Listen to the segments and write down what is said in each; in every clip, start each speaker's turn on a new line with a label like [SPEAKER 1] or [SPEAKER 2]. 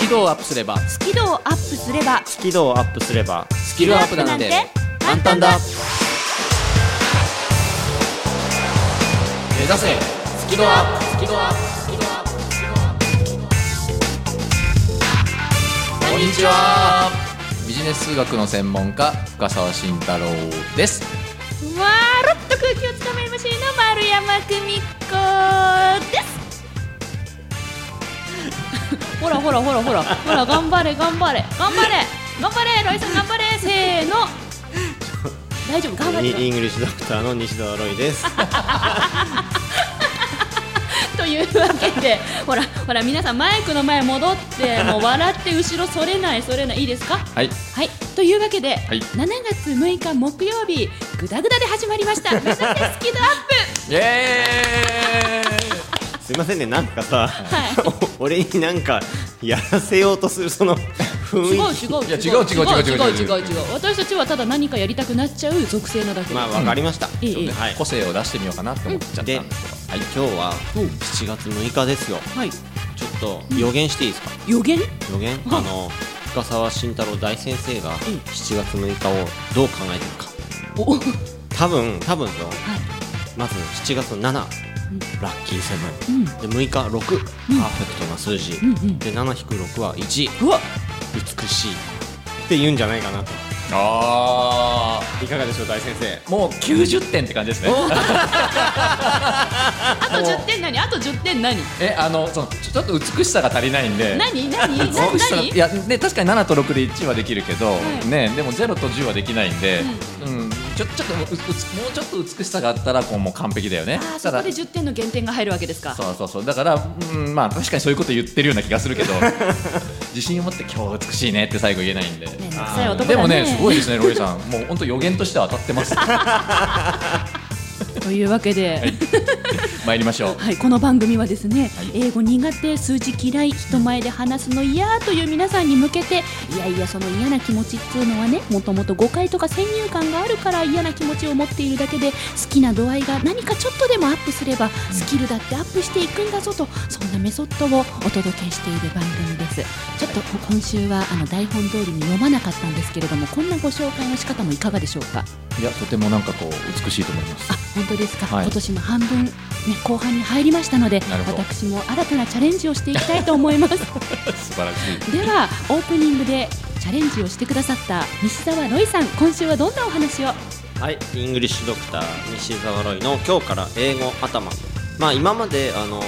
[SPEAKER 1] キ度をアップすれば
[SPEAKER 2] スキルをアップすればス
[SPEAKER 3] スキルをアップすれば
[SPEAKER 1] スキルアップなんて簡単だ目指せスキルアップスキルアップスキルアップスキルアップこんにちはビジネス数学の専門家深澤慎太郎です
[SPEAKER 2] まるっと空気をつかめる MC の丸山久美子です ほらほらほらほらほら頑張れ頑張れ頑張れ頑張れロイさん頑張れせーの大丈夫頑張
[SPEAKER 3] イ
[SPEAKER 2] れ
[SPEAKER 3] ンイングリッシュドクターの西田ロ イです
[SPEAKER 2] というわけでほらほら皆さんマイクの前 戻ってもう笑って後ろそれないそれないいいですか
[SPEAKER 1] はい
[SPEAKER 2] はい、というわけで、
[SPEAKER 1] はい
[SPEAKER 2] 7月6日木曜日ぐだぐだで始まりました「ぐだぐだスキドアッ
[SPEAKER 1] イエ
[SPEAKER 3] すいませんねなんかさ、
[SPEAKER 2] はい
[SPEAKER 3] お俺になんかやらせようとするその
[SPEAKER 2] プ」違
[SPEAKER 3] 雰
[SPEAKER 2] う
[SPEAKER 3] 囲
[SPEAKER 1] い
[SPEAKER 2] 違う
[SPEAKER 3] 気
[SPEAKER 1] や違う違う違う
[SPEAKER 2] 違う違う違う違う違う私たちはただ何かやりたくなっちゃう属性なだけ
[SPEAKER 3] まあわかりました、
[SPEAKER 2] いいいい
[SPEAKER 3] はい
[SPEAKER 1] ーイ個性を出してみようかなって思っちゃったん
[SPEAKER 3] で、
[SPEAKER 1] で
[SPEAKER 3] はい、
[SPEAKER 1] す
[SPEAKER 3] 今日は7月6日ですよ
[SPEAKER 2] はい
[SPEAKER 3] ちょっと予言していいですか、
[SPEAKER 2] 予言
[SPEAKER 3] 予言
[SPEAKER 2] うん
[SPEAKER 3] あの深沢慎太郎大先生が
[SPEAKER 2] ん
[SPEAKER 3] 7月6日をどう考えてるか
[SPEAKER 2] おはい
[SPEAKER 3] 多分多分よまず7月7ラッキーセブン、で6日6パーフェクトな数字、で7-6は1
[SPEAKER 2] うわ
[SPEAKER 3] 美しいって言うんじゃないかなと
[SPEAKER 1] けどあ
[SPEAKER 3] いかがでしょう大先生
[SPEAKER 1] ーもう90点って感じですね
[SPEAKER 2] あと10点何あと10点何
[SPEAKER 1] えあのそのちょちょっと美しさが足りないんで
[SPEAKER 2] 何何何
[SPEAKER 1] 美しさが
[SPEAKER 2] 何
[SPEAKER 1] いやね確かに7と6で1はできるけど、
[SPEAKER 2] い
[SPEAKER 1] ねでも0と10はできないんで、うんちょちょっともうううもうちょっと美しさがあったらこうもう完璧だよね
[SPEAKER 2] あー
[SPEAKER 1] た
[SPEAKER 2] そ
[SPEAKER 1] だ
[SPEAKER 2] こで10点の減点が入るわけですか
[SPEAKER 1] そうそうそうだから、うん、まあ確かにそういうこと言ってるような気がする けど自信を持って今日美しいねって最後言えないんで。
[SPEAKER 2] めんどくさい男だね
[SPEAKER 1] でもね、すごいですね、ロイさん、 もう本当予言としては当たってます。
[SPEAKER 2] というわけで、
[SPEAKER 1] 参りましょう。
[SPEAKER 2] はい、この番組はですね、
[SPEAKER 1] はい
[SPEAKER 2] 英語苦手数字嫌い人前で話すの嫌という皆さんに向けていやいやその嫌な気持ちっていうのはねもともと誤解とか先入観があるから嫌な気持ちを持っているだけで好きな度合いが何かちょっとでもアップすればスキルだってアップしていくんだぞとそんなメソッドをお届けしている番組ですちょっと今週はあの台本通りに読まなかったんですけれどもこんなご紹介の仕方もいかがでしょうか
[SPEAKER 1] いや、とてもなんかこう美しいと思います
[SPEAKER 2] あ。本当ですか、
[SPEAKER 1] はい
[SPEAKER 2] 今年も半分、ね、後半に入りましたので
[SPEAKER 1] なるほど
[SPEAKER 2] 私も新たなチャレンジをしていきたいと思います で
[SPEAKER 1] 素晴らしい。
[SPEAKER 2] はオープニングでチャレンジをしてくださった西澤ロイさん今週はどんなお話を
[SPEAKER 3] はいイングリッシュドクター西澤ロイの「今日から英語頭」まあ今まであの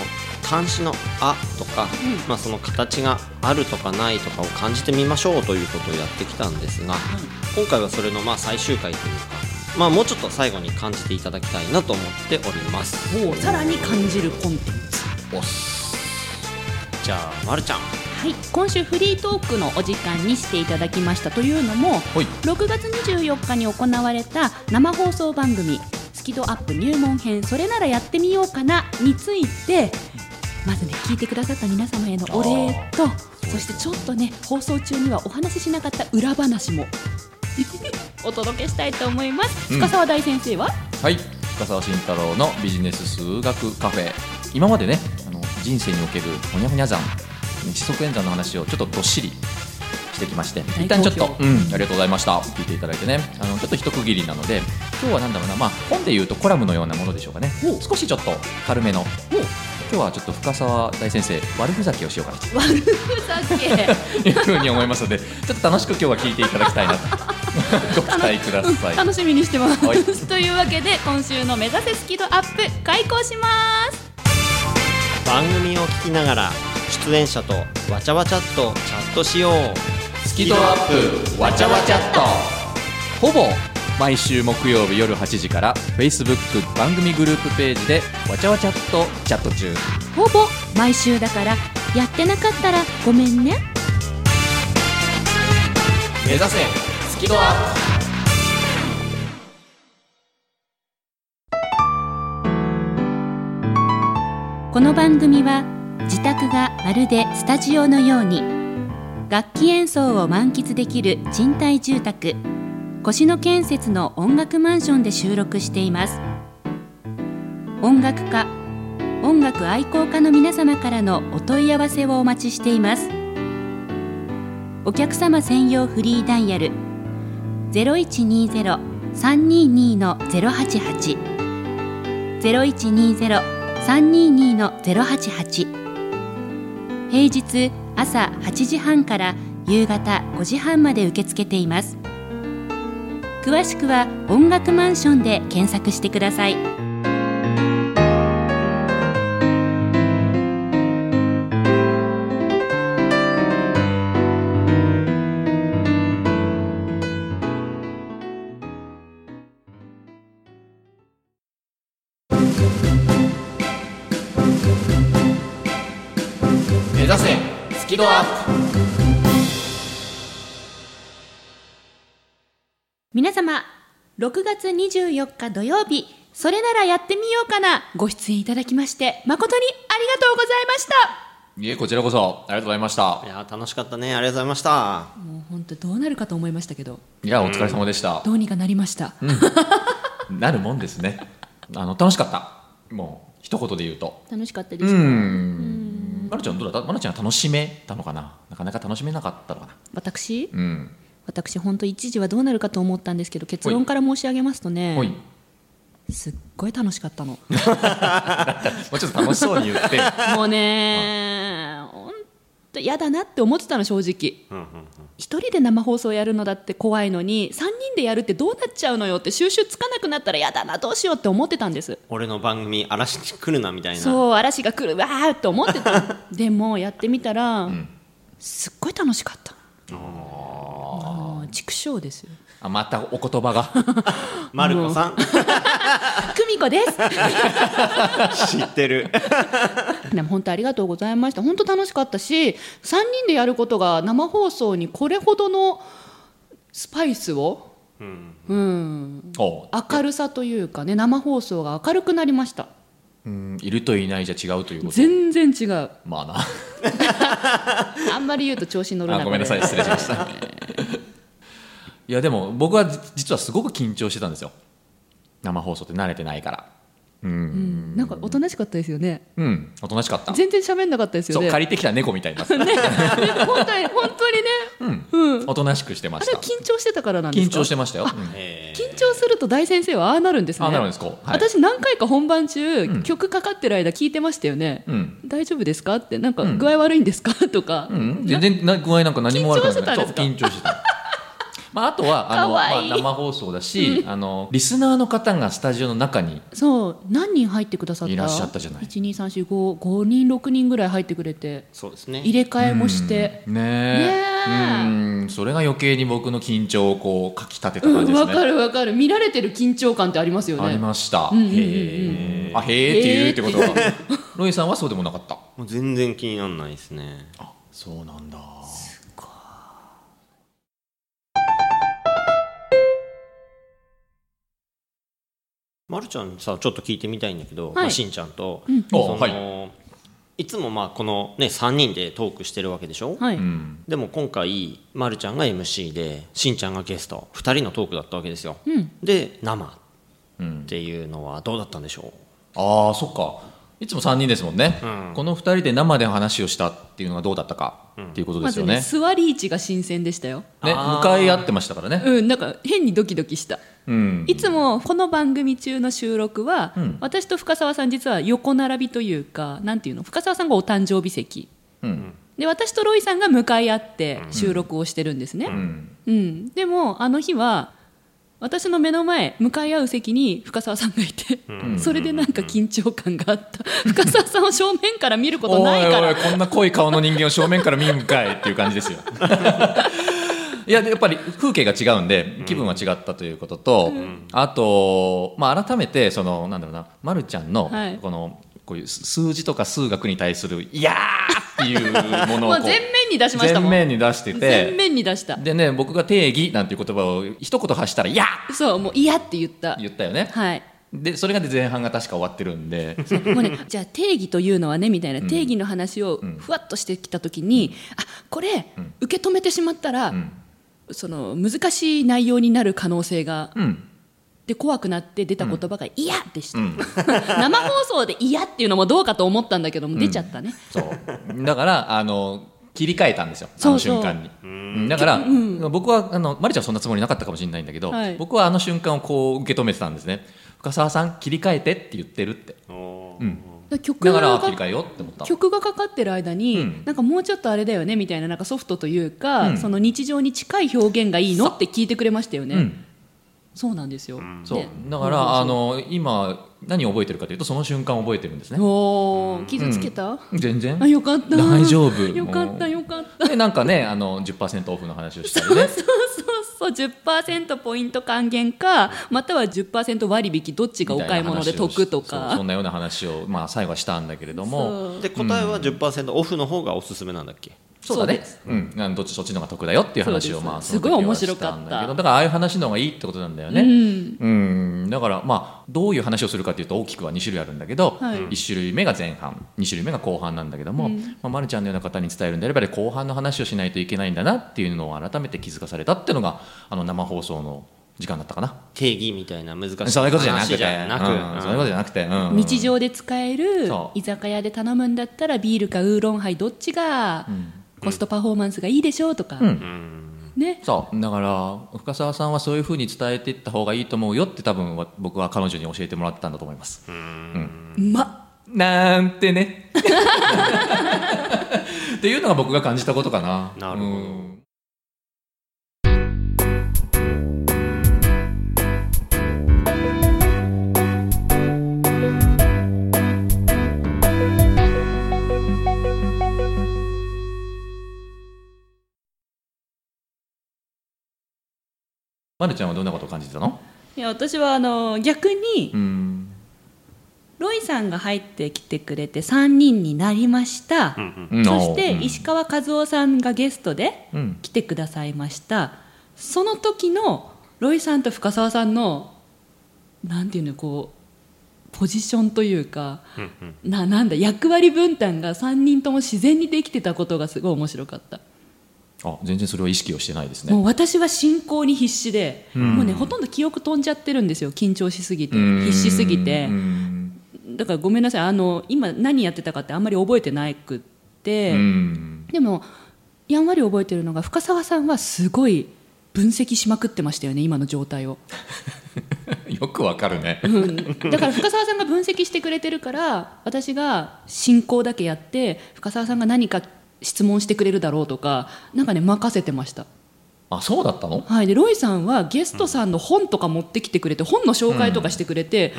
[SPEAKER 3] 単詞の「あ」とか、
[SPEAKER 2] うん
[SPEAKER 3] まあ、その形があるとかないとかを感じてみましょうということをやってきたんですが、今回はそれのまあ最終回というか、まあ、もうちょっと最後に感じていただきたいなと思っております
[SPEAKER 2] もうさらに感じるコンテンツ
[SPEAKER 1] おっす。
[SPEAKER 3] じゃあ、ま、るちゃん
[SPEAKER 2] はい今週フリートークのお時間にしていただきましたというのも
[SPEAKER 1] ほい。
[SPEAKER 2] 6月24日に行われた生放送番組「スキドアップ入門編それならやってみようかな」についてまずね聞いてくださった皆様へのお礼とそしてちょっとね放送中にはお話ししなかった裏話も お届けしたいと思います、
[SPEAKER 1] うん
[SPEAKER 2] 深澤大先生は
[SPEAKER 1] はい、深澤慎太郎のビジネス数学カフェ今までねあの人生におけるほにゃほにゃ算四則演算の話をちょっとどっしりしてきまして一旦ちょっと、うん、ありがとうございました聞いていただいてねあのちょっと一区切りなので今日はなんだろうな、まあ、本でいうとコラムのようなものでしょうかね少しちょっと軽めの今日はちょっと深澤大先生悪ふざけをしようかなと
[SPEAKER 2] 悪ふざけ
[SPEAKER 1] いうふうに思いますのでちょっと楽しく今日は聞いていただきたいなとご期待ください。
[SPEAKER 2] 楽しみにしてます、
[SPEAKER 1] はい
[SPEAKER 2] というわけで今週の「目指せスキドアップ」開講します
[SPEAKER 3] 番組を聞きながら出演者とわちゃわちゃっとチャットしよう
[SPEAKER 1] スキドアップわちゃわちゃっとほぼ毎週木曜日夜8時から Facebook 番組グループページでわちゃわちゃっとチャット中
[SPEAKER 2] ほぼ毎週だからやってなかったらごめんね
[SPEAKER 1] 目指せスキドアップ
[SPEAKER 2] この番組は自宅がまるでスタジオのように楽器演奏を満喫できる賃貸住宅越野建設の音楽マンションで収録しています音楽家音楽愛好家の皆様からのお問い合わせをお待ちしていますお客様専用フリーダイヤル0120-322-088 0120-322-088平日朝8時半から夕方5時半まで受け付けています詳しくは音楽マンションで検索してください
[SPEAKER 1] 目指せスキドアップ
[SPEAKER 2] 皆様6月24日土曜日それならやってみようかなご出演いただきまして誠にありがとうございました
[SPEAKER 1] いえこちらこそありがとうございました
[SPEAKER 3] いやー楽しかったねありがとうございました
[SPEAKER 2] もう本当どうなるかと思いましたけど
[SPEAKER 1] いやお疲れ様でした、
[SPEAKER 2] どうにかなりました、
[SPEAKER 1] なるもんですねあの楽しかったもう一言で言うと
[SPEAKER 2] 楽しかったで
[SPEAKER 1] う
[SPEAKER 2] す、
[SPEAKER 1] ーんまるちゃんどうだったまるちゃんは楽しめたのかななかなか楽しめなかったのかな
[SPEAKER 2] 私
[SPEAKER 1] うん
[SPEAKER 2] 私本当一時はどうなるかと思ったんですけど結
[SPEAKER 1] ほ
[SPEAKER 2] 論
[SPEAKER 1] い
[SPEAKER 2] から申し上げますと
[SPEAKER 1] ほいも
[SPEAKER 2] ねすっごい楽しかったの
[SPEAKER 1] うちょっと楽しそうに言 って
[SPEAKER 2] もうね本当嫌だなって思ってたの正直
[SPEAKER 3] うんうん
[SPEAKER 2] 一人で生放送やるのだって怖いのに3人でやるってどうなっちゃうのよって収集つかなくなったら嫌だなどうしようって思ってたんです
[SPEAKER 3] 俺の番組荒らしに来るなみたいな
[SPEAKER 2] そう嵐が来るわーって思って たでもやってみたら、すっごい楽しかったあー畜生ですよ
[SPEAKER 1] あまたお言葉が
[SPEAKER 3] マルコさん
[SPEAKER 2] 久美子です
[SPEAKER 3] 知っ てる
[SPEAKER 2] でも本当ありがとうございました本当楽しかったし3人でやることが生放送にこれほどのスパイスを、
[SPEAKER 3] うん
[SPEAKER 2] うん、
[SPEAKER 1] おう
[SPEAKER 2] 明るさというかね生放送が明るくなりました
[SPEAKER 1] うんいるといないじゃ違うということ
[SPEAKER 2] 全然違う
[SPEAKER 1] まあな
[SPEAKER 2] あんまり言うと調子乗る
[SPEAKER 1] あ
[SPEAKER 2] な
[SPEAKER 1] ごめんなさい
[SPEAKER 2] こ
[SPEAKER 1] 失礼しました いやでも僕は実実はすごく緊張してたんですよ生放送って慣れてないからうん
[SPEAKER 2] れうんなんかおとなしかったですよね
[SPEAKER 1] うんおとなしかった
[SPEAKER 2] 全然喋んなかったですよ
[SPEAKER 1] そう
[SPEAKER 2] ね
[SPEAKER 1] 借りてきた猫みたいに なってた
[SPEAKER 2] 本当に本当にね、うん、
[SPEAKER 1] おとなしくしてま
[SPEAKER 2] あ
[SPEAKER 1] し
[SPEAKER 2] れ
[SPEAKER 1] た
[SPEAKER 2] は緊張してたからなんです
[SPEAKER 1] 緊
[SPEAKER 2] か
[SPEAKER 1] 張してましたよ、うん
[SPEAKER 3] え
[SPEAKER 2] 緊張すると大先生はああなるんですね
[SPEAKER 1] あなるんですか、はい、
[SPEAKER 2] 私何回か本番中、
[SPEAKER 1] ん
[SPEAKER 2] 曲かかってる間聞いてましたよね、
[SPEAKER 1] うん
[SPEAKER 2] 大丈夫ですかってなんか具合悪いんですか、 とか、
[SPEAKER 1] うん、全然な具合なんか何も悪くなくない
[SPEAKER 2] 緊張してたん
[SPEAKER 1] そう緊張して たまあ、あとはあの
[SPEAKER 2] かわいい
[SPEAKER 1] まあ、生放送だし、あのリスナーの方がスタジオの中に
[SPEAKER 2] そう何人入ってくださった
[SPEAKER 1] いらっしゃったじゃない
[SPEAKER 2] 12345人6人ぐらい入ってくれて
[SPEAKER 3] そうですね
[SPEAKER 2] 入れ替えもして、
[SPEAKER 1] うんね
[SPEAKER 2] ねえ
[SPEAKER 1] えうんそれが余計に僕の緊張をこうかきたてた
[SPEAKER 2] うん
[SPEAKER 1] 感じです
[SPEAKER 2] わ
[SPEAKER 1] ね、
[SPEAKER 2] かるわかる見られてる緊張感ってありますよね
[SPEAKER 1] ありました、
[SPEAKER 2] うんうんうんうん
[SPEAKER 1] へえあへえって言うってこと
[SPEAKER 2] へ
[SPEAKER 1] はロイさんはそうでもなかった
[SPEAKER 3] もう全然気にならないですね
[SPEAKER 1] あそうなんだ
[SPEAKER 3] まるちゃんにさちょっと聞いてみたいんだけど、
[SPEAKER 2] い
[SPEAKER 3] まあしんちゃんと、
[SPEAKER 2] うん
[SPEAKER 3] その、
[SPEAKER 1] おはい
[SPEAKER 3] つもまあこのね3人でトークしてるわけでしょ、
[SPEAKER 2] はい、
[SPEAKER 1] うん
[SPEAKER 3] でも今回、ま、るちゃんが MC でしんちゃんがゲスト2人のトークだったわけですよ、
[SPEAKER 2] うん
[SPEAKER 3] で生っ
[SPEAKER 1] うん
[SPEAKER 3] ていうのはどうだったんでしょ
[SPEAKER 1] ああそっかいつも3人ですもんね、
[SPEAKER 3] うん
[SPEAKER 1] この2人で生で話をしたっていうのがどうだったかっていうことで
[SPEAKER 2] ますず
[SPEAKER 1] よね,、
[SPEAKER 2] ね座り位置が新鮮でしたよ
[SPEAKER 1] ね
[SPEAKER 3] あー
[SPEAKER 1] 向かい合ってましたからね
[SPEAKER 2] うんなんか変にドキドキした
[SPEAKER 1] うん
[SPEAKER 2] いつもこの番組中の収録は、
[SPEAKER 1] うん
[SPEAKER 2] 私と深澤さん実は横並びというかなんていうの深澤さんがお誕生日席
[SPEAKER 1] うん
[SPEAKER 2] で私とロイさんが向かい合って収録をしてるんですね、
[SPEAKER 1] う
[SPEAKER 2] うん
[SPEAKER 1] ん
[SPEAKER 2] でもあの日は私の目の前向かい合う席に深澤さんがいて、それでなんか緊張感があった深澤さんを正面から見ることないか
[SPEAKER 1] おい
[SPEAKER 2] ら
[SPEAKER 1] おいこんな濃い顔の人間を正面から見んかいっていう感じで すよいやでやっぱり風景が違うんで気分は違ったということと、あと、まあ、改めてそのなんだろうな、ま、るちゃんの
[SPEAKER 2] はい
[SPEAKER 1] この、こういう数字とか数学に対する「いやー!」っていうものを
[SPEAKER 2] ま
[SPEAKER 1] こ
[SPEAKER 2] あ
[SPEAKER 1] う
[SPEAKER 2] 全面に出しましたもん
[SPEAKER 1] 全面に出して
[SPEAKER 2] 全
[SPEAKER 1] て
[SPEAKER 2] 面に出した
[SPEAKER 1] でね僕が「定義」なんていう言葉を一言発したら「いや!」
[SPEAKER 2] そうもう嫌って言った
[SPEAKER 1] 言ったよね
[SPEAKER 2] はい
[SPEAKER 1] でそれがで前半が確か終わってるん で
[SPEAKER 2] もうね、じゃあ定義というのはねみたいな定義の話をふわっとしてきた時に、あこれ、受け止めてしまったら、
[SPEAKER 1] ん
[SPEAKER 2] その難しい内容になる可能性が
[SPEAKER 1] うん
[SPEAKER 2] で怖くなって出た言葉が「嫌」でした、
[SPEAKER 1] うん
[SPEAKER 2] 生放送で「嫌」っていうのもどうかと思ったんだけども出ちゃったね、
[SPEAKER 1] そうだからあの切り替えたんですよあ
[SPEAKER 2] そ
[SPEAKER 1] の
[SPEAKER 2] うそ
[SPEAKER 1] 瞬
[SPEAKER 2] う
[SPEAKER 1] 間に
[SPEAKER 3] うん
[SPEAKER 1] うんだから、
[SPEAKER 2] うん
[SPEAKER 1] 僕はあのマリちゃんはそんなつもりなかったかもしれないんだけど、
[SPEAKER 2] はい
[SPEAKER 1] 僕はあの瞬間をこう受け止めてたんですね深澤さん切り替えてって言ってるって、
[SPEAKER 3] おー
[SPEAKER 1] うん、
[SPEAKER 2] 曲
[SPEAKER 1] だか
[SPEAKER 2] が
[SPEAKER 1] ら
[SPEAKER 2] か
[SPEAKER 1] 切り替えようって思った
[SPEAKER 2] 曲がかかってる間に、
[SPEAKER 1] うん
[SPEAKER 2] なんかもうちょっとあれだよねみたいななんかソフトというか、
[SPEAKER 1] うん
[SPEAKER 2] その日常に近い表現がいいのって聞いてくれましたよね、
[SPEAKER 1] うん
[SPEAKER 2] そうなんですよ、
[SPEAKER 3] ん
[SPEAKER 1] そう
[SPEAKER 2] ね
[SPEAKER 1] だから、
[SPEAKER 2] そうそう
[SPEAKER 1] あの今何を覚えてるかというとその瞬間を覚えてるんですね
[SPEAKER 2] おー傷つけた、
[SPEAKER 1] 全然
[SPEAKER 2] あよかった
[SPEAKER 1] 大丈夫
[SPEAKER 2] よかった
[SPEAKER 1] も
[SPEAKER 2] よかった
[SPEAKER 1] うでなんかねあの10%オフの話をしたり ね
[SPEAKER 2] そうそう10%ポイント還元かまたは10%割引どっちがお買い物で得と
[SPEAKER 1] みたいな話をし
[SPEAKER 2] か
[SPEAKER 1] そうそんなような話を、まあ、最後はしたんだけれど
[SPEAKER 2] そ
[SPEAKER 1] も
[SPEAKER 2] う
[SPEAKER 3] で答えは10%オフの方がおすすめなんだっけ
[SPEAKER 1] そうだね
[SPEAKER 2] そうで
[SPEAKER 1] うんあのどっちそっちの方が得だよっていう話
[SPEAKER 2] そう
[SPEAKER 1] を
[SPEAKER 2] です
[SPEAKER 1] まあ
[SPEAKER 2] すごい面白かっ
[SPEAKER 1] そ
[SPEAKER 2] た
[SPEAKER 1] の時はしたんだけどだからああいう話の方がいいってことなんだよね、
[SPEAKER 2] うん
[SPEAKER 1] うんだからまあどういう話をするかというと大きくは2種類あるんだけど、
[SPEAKER 2] はい
[SPEAKER 1] 1種類目が前半2種類目が後半なんだけども、
[SPEAKER 2] う
[SPEAKER 1] ま
[SPEAKER 2] ん
[SPEAKER 1] あ、まるちゃんのような方に伝えるんであれば後半の話をしないといけないんだなっていうのを改めて気づかされたっていうのがあの生放送の時間だったかな
[SPEAKER 3] 定義みたいな難しい
[SPEAKER 1] そういうことじゃなくて
[SPEAKER 3] 話じゃなく
[SPEAKER 1] うんそういうことじゃなくて、うん
[SPEAKER 2] 日常で使える
[SPEAKER 1] そう
[SPEAKER 2] 居酒屋で頼むんだったらビールかウーロンハイどっちがコストパフォーマンスがいいでしょうとか、
[SPEAKER 1] うん
[SPEAKER 2] ね
[SPEAKER 1] そうだから深澤さんはそういうふうに伝えていった方がいいと思うよって多分わ僕は彼女に教えてもらったんだと思います
[SPEAKER 2] うま
[SPEAKER 1] なんてねっていうのが僕が感じたことかな
[SPEAKER 3] なるほど
[SPEAKER 1] うんまるちゃんはどんなことを感じてたの？
[SPEAKER 2] っいや私はあの逆に
[SPEAKER 1] うん、
[SPEAKER 2] ロイさんが入ってきてくれて3人になりました、
[SPEAKER 3] うんうん
[SPEAKER 2] そして
[SPEAKER 1] うん
[SPEAKER 2] 石川和夫さんがゲストで
[SPEAKER 1] うん、
[SPEAKER 2] 来てくださいましたその時のロイさんと深澤さんのなんていうのこうポジションというか
[SPEAKER 3] うんうん
[SPEAKER 2] ななんだ役割分担が3人とも自然にできてたことがすごい面白かった、
[SPEAKER 1] あ全然それを意識をしてないですね。
[SPEAKER 2] もう私は進行に必死で、
[SPEAKER 1] うん
[SPEAKER 2] もうねほとんど記憶飛んじゃってるんですよ緊張しすぎて
[SPEAKER 1] うん
[SPEAKER 2] 必死すぎて
[SPEAKER 1] うん
[SPEAKER 2] だからごめんなさいあの今何やってたかってあんまり覚えてなくって、
[SPEAKER 1] うん
[SPEAKER 2] でもやんわり覚えてるのが深澤さんはすごい分析しまくってましたよね今の状 態を、
[SPEAKER 1] よくわかるね。
[SPEAKER 2] だから深澤さんが分析してくれてるから私が進行だけやって深澤さんが何か質問してくれるだろうとかなんかね任せてました
[SPEAKER 1] あそうだったの？
[SPEAKER 2] はいでロイさんはゲストさんの本とか持ってきてくれて本の紹介とかしてくれて、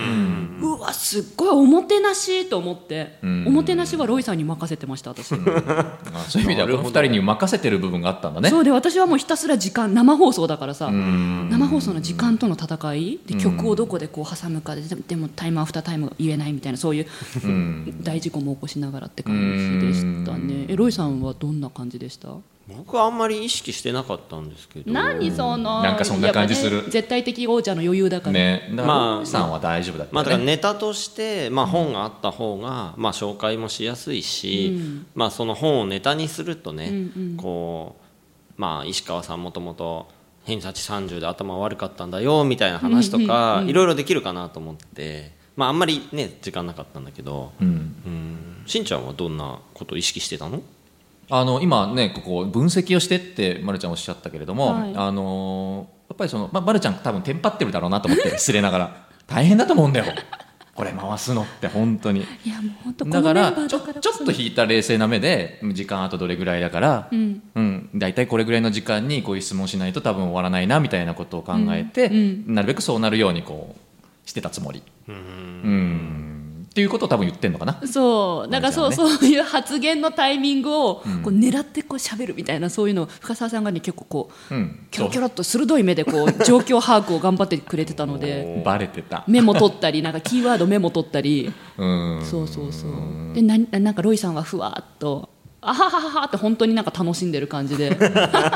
[SPEAKER 2] うわすっごいおもてなしいと思って、
[SPEAKER 1] ん
[SPEAKER 2] おもてなしはロイさんに任せてました私、
[SPEAKER 1] あそういう意味ではこの二人に任せてる部分があったんだね。
[SPEAKER 2] そうで私はもうひたすら時間生放送だからさ、
[SPEAKER 1] うん
[SPEAKER 2] 生放送の時間との戦いで曲をどこでこう挟むかでででもタイムアフタータイムが言えないみたいなそういう
[SPEAKER 1] うん
[SPEAKER 2] 大事故も起こしながらって感じでしたねえロイさんはどんな感じでした
[SPEAKER 3] 僕はあんまり意識してなかったんですけど
[SPEAKER 2] 何その
[SPEAKER 1] なんかそんな感じする
[SPEAKER 2] やっぱね絶対的王者の余裕だから、
[SPEAKER 1] ね。だから
[SPEAKER 3] まあ
[SPEAKER 1] ロイさんは大丈夫だった
[SPEAKER 3] まあ、
[SPEAKER 1] よ
[SPEAKER 3] だ
[SPEAKER 1] ね。
[SPEAKER 3] からネタとして、まあ、本があった方が、まあ、紹介もしやすいし、まあ、その本をネタにするとね、こうまあ、石川さんもともと偏差値30で頭悪かったんだよみたいな話とか、いろいろできるかなと思って、まあ、あんまりね時間なかったんだけど、
[SPEAKER 1] うん。
[SPEAKER 3] うんしんちゃんはどんなことを意識してたの
[SPEAKER 1] あの今ねここ分析をしてってまるちゃんおっしゃったけれども、
[SPEAKER 2] はい
[SPEAKER 1] あのーやっぱりそのままるちゃん多分テンパってるだろうなと思って 失礼ながら大変だと思うんだよ。これ回すのって本当に。
[SPEAKER 2] いやもう本当こ
[SPEAKER 1] だ
[SPEAKER 2] のメ
[SPEAKER 1] か
[SPEAKER 2] ンバ
[SPEAKER 1] ら
[SPEAKER 2] ーだ
[SPEAKER 1] ちょ
[SPEAKER 2] から
[SPEAKER 1] ちょっと引いた冷静な目でうん時間あとどれぐらいだから、
[SPEAKER 2] うん
[SPEAKER 1] うん、大体これぐらいの時間にこういう質問しないと多分終わらないなみたいなことを考えて、
[SPEAKER 2] うん
[SPEAKER 1] なるべくそうなるようにこうしてたつもり、
[SPEAKER 3] うん
[SPEAKER 1] うん、っていうことを多分言ってんのかな。
[SPEAKER 2] そうなんかそ
[SPEAKER 1] ロ
[SPEAKER 2] う、
[SPEAKER 1] イさん
[SPEAKER 2] そういう発言のタイミングをこう狙ってこう喋るみたいなそういうのを深澤さんがね結構こう、
[SPEAKER 1] うん、
[SPEAKER 2] キョロキョロっと鋭い目で こう状況把握を頑張ってくれてたので
[SPEAKER 1] そうバレてた。
[SPEAKER 2] メモ取ったりなんかキーワードメモ取ったり
[SPEAKER 1] うん
[SPEAKER 2] そうそうそうでななんかロイさんはふわーっとあははははって本当になんか楽しんでる感じ で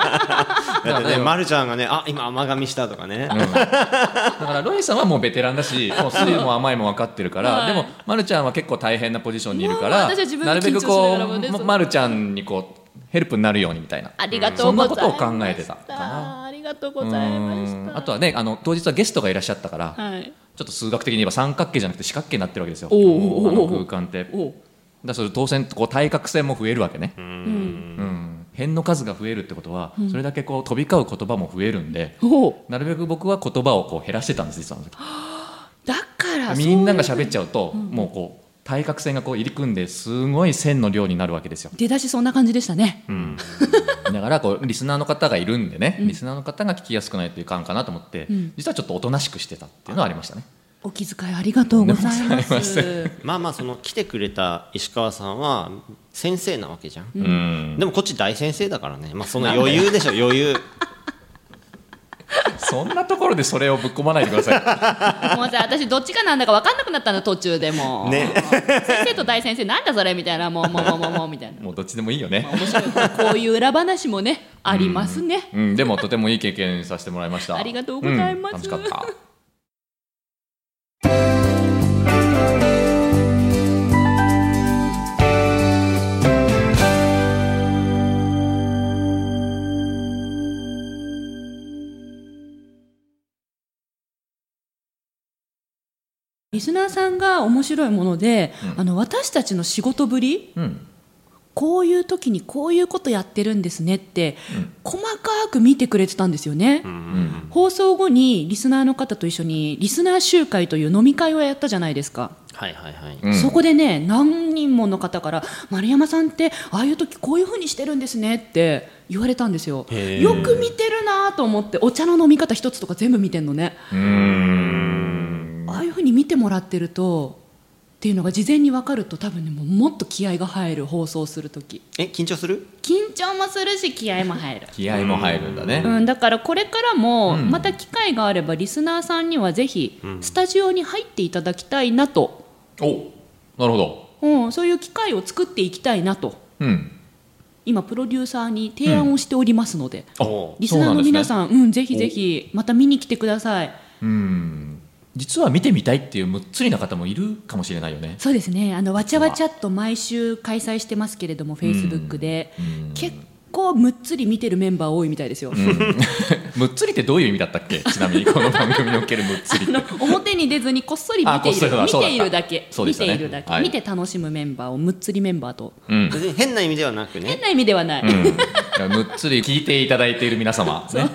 [SPEAKER 3] だってね、ま、るちゃんがね、あ今、甘噛みしたとかね、
[SPEAKER 1] だからロイさんはもうベテランだし、もう酸いも甘いも分かってるから、
[SPEAKER 2] はい
[SPEAKER 1] でも、ま、るちゃんは結構大変なポジションにいるか
[SPEAKER 2] まあま
[SPEAKER 1] ら、
[SPEAKER 2] あ私は自分で
[SPEAKER 1] なるべく
[SPEAKER 2] 緊張し
[SPEAKER 1] こ
[SPEAKER 2] ながらもね
[SPEAKER 1] う、ま
[SPEAKER 2] その
[SPEAKER 1] まるちゃんにこうヘルプになるようにみたいな、
[SPEAKER 2] ありがとうございました
[SPEAKER 1] そんなことを考えてたかな
[SPEAKER 2] ありがとうございまし
[SPEAKER 1] う
[SPEAKER 2] た
[SPEAKER 1] んあとはねあの、当日はゲストがいらっしゃったから、
[SPEAKER 2] はい
[SPEAKER 1] ちょっと数学的に言えば三角形じゃなくて四角形になってるわけですよ、
[SPEAKER 2] おうおうおうおう
[SPEAKER 1] あの空間って。だか
[SPEAKER 2] おう
[SPEAKER 1] らそれ当然こう対角線も増えるわけね、
[SPEAKER 2] うん
[SPEAKER 1] うん辺の数が増えるってことは、それだけこう飛び交う言葉も増えるんで、
[SPEAKER 2] おう
[SPEAKER 1] なるべく僕は言葉をこう減らしてたんです実はあの時
[SPEAKER 2] だから
[SPEAKER 1] みんなが
[SPEAKER 2] そういう
[SPEAKER 1] 喋っちゃうと、もうこう対角線がこう入り組んですごい線の量になるわけですよ。
[SPEAKER 2] 出だしそんな感じでしたね
[SPEAKER 1] うん、だからこうリスナーの方がいるんでね、リスナーの方が聞きやすくないといかんかなと思って、
[SPEAKER 2] うん
[SPEAKER 1] 実はちょっとおとなしくしてたっていうのはありましたね。
[SPEAKER 2] お気遣いありがとうございま
[SPEAKER 1] とんでもございます
[SPEAKER 3] まあまあその来てくれた石川さんは先生なわけじゃん、
[SPEAKER 1] うん
[SPEAKER 3] でもこっち大先生だから ね、まあ、その余裕でしょ余裕
[SPEAKER 1] そんなところでそれをぶっ込まないでくだ さい。
[SPEAKER 2] もうさ私どっちかなんだか分かんなくなったの途中でもう、
[SPEAKER 3] ね
[SPEAKER 2] 先生と大先生なんだそれみたいなもうもうもうもうもうみたいな、
[SPEAKER 1] もうどっちでもいいよ
[SPEAKER 2] ま
[SPEAKER 1] ね
[SPEAKER 2] あ。面白いこういう裏話もねありますね、
[SPEAKER 1] うん、でもとてもいい経験させてもらいました。
[SPEAKER 2] ありがとうございます
[SPEAKER 1] ん楽しかった。
[SPEAKER 2] リスナーさんが面白いもので、
[SPEAKER 1] うん
[SPEAKER 2] あの私たちの仕事ぶり
[SPEAKER 1] うん、
[SPEAKER 2] こういう時にこういうことやってるんですねって、
[SPEAKER 1] うん
[SPEAKER 2] 細かく見てくれてたんですよね、
[SPEAKER 1] うん、
[SPEAKER 2] 放送後にリスナーの方と一緒にリスナー集会という飲み会をやったじゃないですか、
[SPEAKER 3] はいはいはい、
[SPEAKER 1] うん
[SPEAKER 2] そこでね何人もの方から丸山さんってああいう時こういうふうにしてるんですねって言われたんですよ
[SPEAKER 3] へー
[SPEAKER 2] よく見てるなと思ってお茶の飲み方一つとか全部見てんのね
[SPEAKER 1] うーん、
[SPEAKER 2] ああいうふうに見てもらってるとっていうのが事前に分かると多分ねもうもっと気合が入る放送する時
[SPEAKER 3] え緊張する
[SPEAKER 2] 緊張もするし気合も入る
[SPEAKER 1] 気合も入るんだね。
[SPEAKER 2] うん、だからこれからも
[SPEAKER 1] うん
[SPEAKER 2] また機会があればリスナーさんにはぜひ
[SPEAKER 3] ん
[SPEAKER 2] スタジオに入っていただきたいなと、
[SPEAKER 1] お、なるほど。
[SPEAKER 2] うん、そういう機会を作っていきたいなと
[SPEAKER 1] うん、
[SPEAKER 2] 今プロデューサーに提案をしておりますので、
[SPEAKER 3] おう
[SPEAKER 2] リスナーの皆
[SPEAKER 1] ん。
[SPEAKER 2] さんうん、ぜひぜひまた見に来てください
[SPEAKER 1] うん、実は見てみたいっていうむっつりな方もいるかもしれないよね。
[SPEAKER 2] そうですねあのわちゃわちゃっと毎週開催してますけれどもフェイスブックで、
[SPEAKER 1] うん
[SPEAKER 2] 結構むっつり見てるメンバー多いみたいですよ、
[SPEAKER 1] むっつりってどういう意味だったっ け？ちなみにこの番組におけるむっつりって。
[SPEAKER 2] あの表に出ずにこっそり見
[SPEAKER 1] あ
[SPEAKER 2] て
[SPEAKER 1] こっ
[SPEAKER 2] い
[SPEAKER 1] そ
[SPEAKER 2] る
[SPEAKER 1] りだ
[SPEAKER 2] 見
[SPEAKER 1] そうだ
[SPEAKER 2] ているだけ
[SPEAKER 1] そうで
[SPEAKER 2] 見
[SPEAKER 1] した
[SPEAKER 2] て
[SPEAKER 1] ね
[SPEAKER 2] いるだけ、
[SPEAKER 1] はい
[SPEAKER 2] 見て楽しむメンバーをむっつりメンバーと
[SPEAKER 1] うん。
[SPEAKER 3] 別に変な意味ではなくね
[SPEAKER 2] 変な意味ではない、
[SPEAKER 1] うんいやむっつり聞いていただいている皆様、 ね、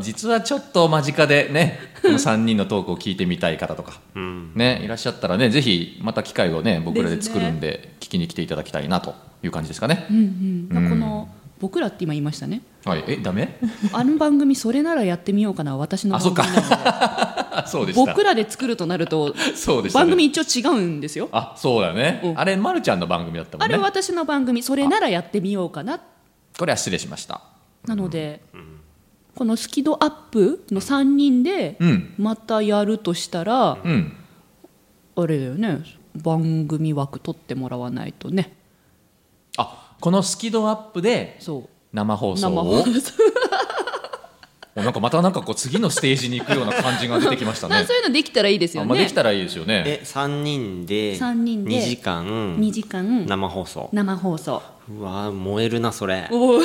[SPEAKER 1] 実はちょっと間近でねこの3人のトークを聞いてみたい方とか、
[SPEAKER 3] うん
[SPEAKER 1] ね、いらっしゃったらねぜひまた機会をね僕らで作るんで聞きに来ていただきたいなという感じですかね。
[SPEAKER 2] うんうん
[SPEAKER 1] うん
[SPEAKER 2] この僕らって今言いましたね
[SPEAKER 1] はい、えダメ
[SPEAKER 2] あの番組それならやってみようかな私の
[SPEAKER 1] あそ
[SPEAKER 2] 番
[SPEAKER 1] っか
[SPEAKER 2] 組なので
[SPEAKER 1] あそうでした
[SPEAKER 2] 僕らで作るとなると
[SPEAKER 1] そうでしたね
[SPEAKER 2] 番組一応違うんですよ
[SPEAKER 1] あそうだね、
[SPEAKER 2] うん
[SPEAKER 1] あれ、ま、るちゃんの番組だったも
[SPEAKER 2] あ
[SPEAKER 1] んね
[SPEAKER 2] れ私の番組それならやってみようかな
[SPEAKER 1] これは失礼しました
[SPEAKER 2] なのでこのスキドアップの3人で
[SPEAKER 1] うん
[SPEAKER 2] またやるとしたら
[SPEAKER 1] うん
[SPEAKER 2] あれだよね番組枠取ってもらわないとね
[SPEAKER 1] あこのスキドアップで
[SPEAKER 2] そ
[SPEAKER 1] 生放
[SPEAKER 2] う
[SPEAKER 1] 送
[SPEAKER 2] 生
[SPEAKER 1] を
[SPEAKER 2] 放送
[SPEAKER 1] おなんかまたなんかこう次のステージに行くような感じが出てきました
[SPEAKER 2] まあ
[SPEAKER 1] ね
[SPEAKER 2] そういうのできたらいいですよ
[SPEAKER 1] あまあ、で
[SPEAKER 2] ね
[SPEAKER 1] きたらいいですよね
[SPEAKER 3] え3人で
[SPEAKER 2] 三人で
[SPEAKER 3] 2時間
[SPEAKER 2] 2時間
[SPEAKER 3] 生放送
[SPEAKER 2] 生放送
[SPEAKER 3] うわ燃えるなそれ
[SPEAKER 1] 燃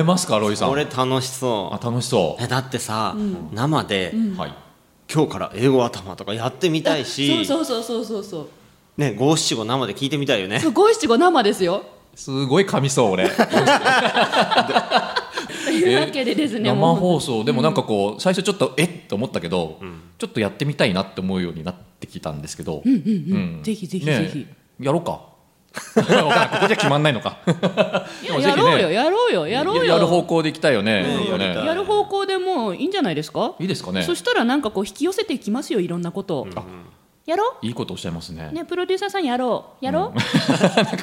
[SPEAKER 1] えますかロイさん
[SPEAKER 3] 俺楽しそ
[SPEAKER 1] あ楽しそう
[SPEAKER 3] えだってさ、生で、
[SPEAKER 1] う、はい
[SPEAKER 3] 今日から英語頭とかやってみたい
[SPEAKER 2] そう
[SPEAKER 3] し
[SPEAKER 2] そうそうそうそうそう
[SPEAKER 3] ね五七五生で聞いてみたいよね
[SPEAKER 2] そう五七五生ですよ
[SPEAKER 1] すごい噛みそう俺
[SPEAKER 2] というわけでですねも
[SPEAKER 1] 生
[SPEAKER 2] う
[SPEAKER 1] 放送でもなんかこう最初ちょっとえっと思ったけど、ちょっとやってみたいなって思うようになってきたんですけど、
[SPEAKER 2] うんうんうんぜひぜひぜひ
[SPEAKER 1] ねえやろうかわからんここじゃ決まんないの か
[SPEAKER 2] いややろうよやろうよやろうよ
[SPEAKER 1] やる方向でいきたいよね
[SPEAKER 3] ねえ
[SPEAKER 1] なんかね
[SPEAKER 3] やりた
[SPEAKER 2] やる方向でもういいんじゃないですか、
[SPEAKER 1] いいですかね
[SPEAKER 2] そしたらなんかこう引き寄せていきますよいろんなことを、やろ
[SPEAKER 1] いいことおっしゃいますね
[SPEAKER 2] うねプロデューサーさんやろうやろう、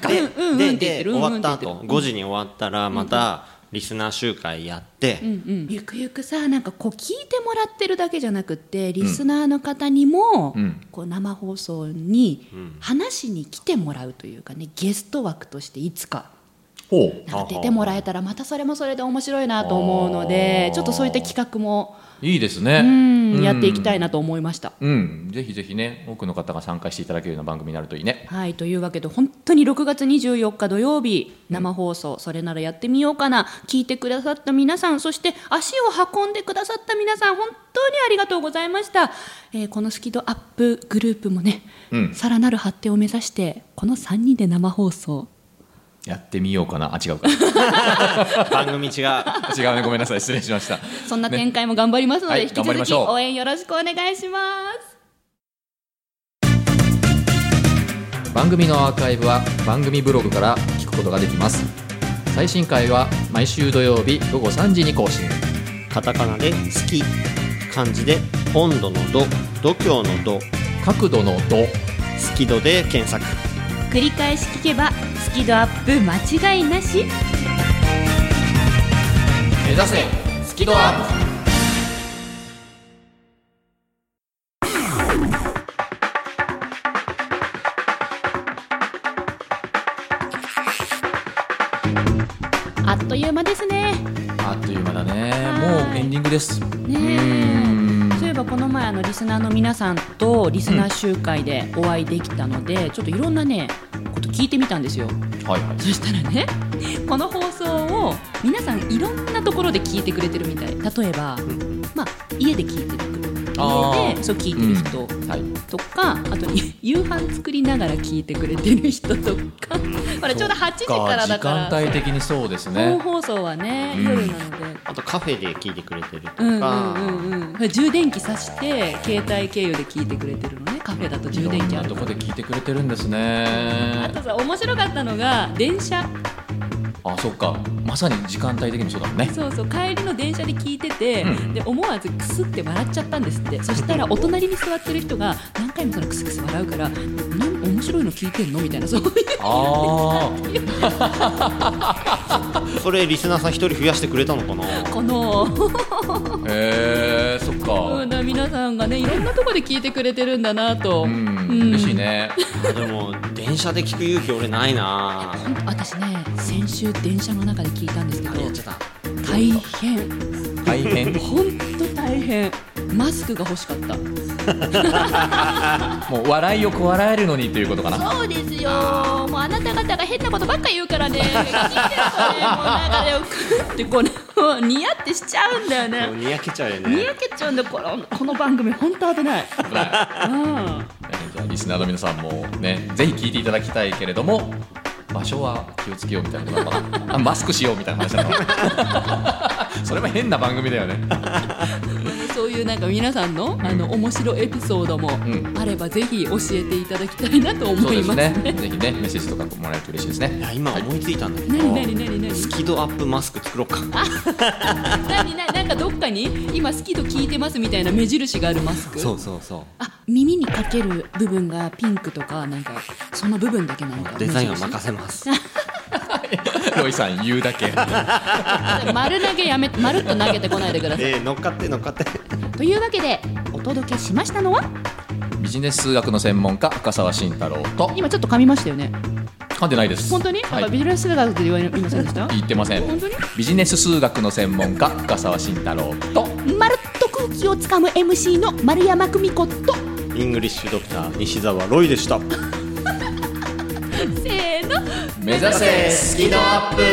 [SPEAKER 3] で
[SPEAKER 2] うんうんうんって言って
[SPEAKER 3] でで
[SPEAKER 2] る
[SPEAKER 3] 終わった
[SPEAKER 2] うんうんって言っ
[SPEAKER 3] 後
[SPEAKER 2] てる
[SPEAKER 3] 5時に終わったらまたリスナー集会やって、
[SPEAKER 2] うんうんゆくゆくさなんかこう聞いてもらってるだけじゃなくってリスナーの方にも、
[SPEAKER 1] うん
[SPEAKER 2] こう生放送に話しに来てもらうというかねゲスト枠としていつか
[SPEAKER 1] ほう
[SPEAKER 2] なんか出てもらえたらまたそれもそれで面白いなと思うので
[SPEAKER 1] あー
[SPEAKER 2] ちょっとそういった企画も
[SPEAKER 1] いいですね
[SPEAKER 2] うんやっていきたいなと思いました。
[SPEAKER 1] うんぜひぜひね多くの方が参加していただけるような番組になるといいね
[SPEAKER 2] はいというわけで本当に6月24日土曜日生放送、それならやってみようかな聞いてくださった皆さんそして足を運んでくださった皆さん本当にありがとうございました、えーこのスキドアップグループもね
[SPEAKER 1] うん
[SPEAKER 2] さら、なる発展を目指してこの3人で生放送
[SPEAKER 1] やってみようかなあ違うか
[SPEAKER 3] 番組違う
[SPEAKER 1] 違うねごめんなさい失礼しました
[SPEAKER 2] そんな展開も頑張りますので、
[SPEAKER 1] はい
[SPEAKER 2] 引き
[SPEAKER 1] 頑張り
[SPEAKER 2] 続
[SPEAKER 1] まし
[SPEAKER 2] き
[SPEAKER 1] ょう
[SPEAKER 2] 応援よろしくお願いします
[SPEAKER 1] 番組のアーカイブは番組ブログから聞くことができます最新回は毎週土曜日午後3時に更新
[SPEAKER 3] カタカナで「好き」漢字で「温度の度」「度胸の度」
[SPEAKER 1] 角度の度
[SPEAKER 3] 「好き度」で検索
[SPEAKER 2] 繰り返し聞けばスキドアップ間違いなし
[SPEAKER 1] 目指せスキドアップ
[SPEAKER 2] あっという間ですね
[SPEAKER 1] あっという間だね
[SPEAKER 2] は
[SPEAKER 1] もう
[SPEAKER 2] い
[SPEAKER 1] エンディングです
[SPEAKER 2] ね
[SPEAKER 1] うーん
[SPEAKER 2] えそういえばこの前あのリスナーの皆さんとリスナー集会でお会いできたので、ちょっといろんなねこと聞いてみたんですよ
[SPEAKER 1] はいはい
[SPEAKER 2] そしたらね この放送を皆さんいろんなところで聞いてくれてるみたい例えば、まあ、家で聞いてくる
[SPEAKER 1] あー
[SPEAKER 2] 家でそう聞いてる人
[SPEAKER 1] はい
[SPEAKER 2] とか、あとに 夕飯作りながら聞いてくれてる人とか ほらちょうど8時からだから
[SPEAKER 1] 時間帯的にそうです
[SPEAKER 2] 本
[SPEAKER 1] ね
[SPEAKER 2] 放送はね、
[SPEAKER 1] うん
[SPEAKER 2] 夜なので。
[SPEAKER 3] あとカフェで聞いてくれてるとか、
[SPEAKER 2] うんうんうんうん、充電器さして携帯経由で聞いてくれてるのねカフェだと
[SPEAKER 1] い
[SPEAKER 2] 充
[SPEAKER 1] ろん
[SPEAKER 2] 電器あ
[SPEAKER 1] な
[SPEAKER 2] る
[SPEAKER 1] と
[SPEAKER 2] か
[SPEAKER 1] こ
[SPEAKER 2] ら
[SPEAKER 1] で聞いてくれてるんですね
[SPEAKER 2] あとさ面白かったのが電車
[SPEAKER 1] あそっかまさに時間帯的にそうだもんね
[SPEAKER 2] そうそう帰りの電車で聞いてて、
[SPEAKER 1] うん
[SPEAKER 2] で思わずクスって笑っちゃったんですってそしたらお隣に座ってる人が何回もそのクスクス笑うからなん面白いの聞いてんのみたいなそう いう
[SPEAKER 1] あ
[SPEAKER 3] それリスナーさん一人増やしてくれたのかな
[SPEAKER 2] この
[SPEAKER 1] あへえそっ
[SPEAKER 2] うん
[SPEAKER 1] か
[SPEAKER 2] だ皆さんがねいろんなとこで聞いてくれてるんだなと、
[SPEAKER 1] うん
[SPEAKER 2] うん
[SPEAKER 1] 嬉しいね
[SPEAKER 3] あでも電車で聞く勇気俺ないな
[SPEAKER 2] ほんと私ね先週電車の中で聞いたんですけど
[SPEAKER 3] あやっちゃった
[SPEAKER 2] 大変
[SPEAKER 1] 大変
[SPEAKER 2] 本当大変マスクが欲しかった
[SPEAKER 1] もう笑いをこらえるのにということ かな
[SPEAKER 2] そうですよもうあなた方が変なことばっか言うからね聞いてるとねもうなんかねクってこのニヤってしちゃうんだよ
[SPEAKER 3] もう
[SPEAKER 2] ね
[SPEAKER 3] にやけちゃうよ
[SPEAKER 2] に
[SPEAKER 3] ね
[SPEAKER 2] やけちゃうんだこのこの番組本当危ない
[SPEAKER 1] 危ない
[SPEAKER 2] うん
[SPEAKER 1] えーじゃあリスナーの皆さんもねぜひ聞いていただきたいけれども場所は気をつけようみたいなことなのかなあマスクしようみたいな話なの それも変な番組だよね
[SPEAKER 2] そういうなんか皆さんのあの面白エピソードも
[SPEAKER 1] ん
[SPEAKER 2] あればぜひ教えていただきたいなと
[SPEAKER 1] そ
[SPEAKER 2] 思
[SPEAKER 1] うで
[SPEAKER 2] いますす
[SPEAKER 1] ね
[SPEAKER 2] ね。
[SPEAKER 1] ぜひねメッセージとかもらえると嬉しいです
[SPEAKER 3] い
[SPEAKER 1] ね
[SPEAKER 3] や今思いついたんだけど、
[SPEAKER 2] 何何何何
[SPEAKER 3] スキドアップマスク作ろうか
[SPEAKER 2] 何何なんかどっかに今好きと聞いてますみたいな目印があるマスク。
[SPEAKER 3] そうそうそ
[SPEAKER 2] あ耳にかける部分がピンクとかなんかその部分だけなんか
[SPEAKER 3] うデザインは任せます
[SPEAKER 1] ロイさん言うだけ
[SPEAKER 2] 丸投げやめ丸っと投げてこないでください
[SPEAKER 3] えー、乗っかって乗っかって
[SPEAKER 2] というわけでお届けしましたのは
[SPEAKER 1] ビジネス数学の専門家深澤慎太郎と
[SPEAKER 2] 今ちょっと噛みましたよね
[SPEAKER 1] 噛んでないです
[SPEAKER 2] 本当に、
[SPEAKER 1] は
[SPEAKER 2] なんかビ
[SPEAKER 1] い
[SPEAKER 2] ジネス数学って言われませんでした
[SPEAKER 1] 言ってません
[SPEAKER 2] 本当に
[SPEAKER 1] ビジネス数学の専門家深澤慎太郎と
[SPEAKER 2] まるっと空気をつかむ MC の丸山久美子と
[SPEAKER 3] イングリッシュドクター西澤ロイでした
[SPEAKER 2] せーの
[SPEAKER 1] 目指せスキドアップ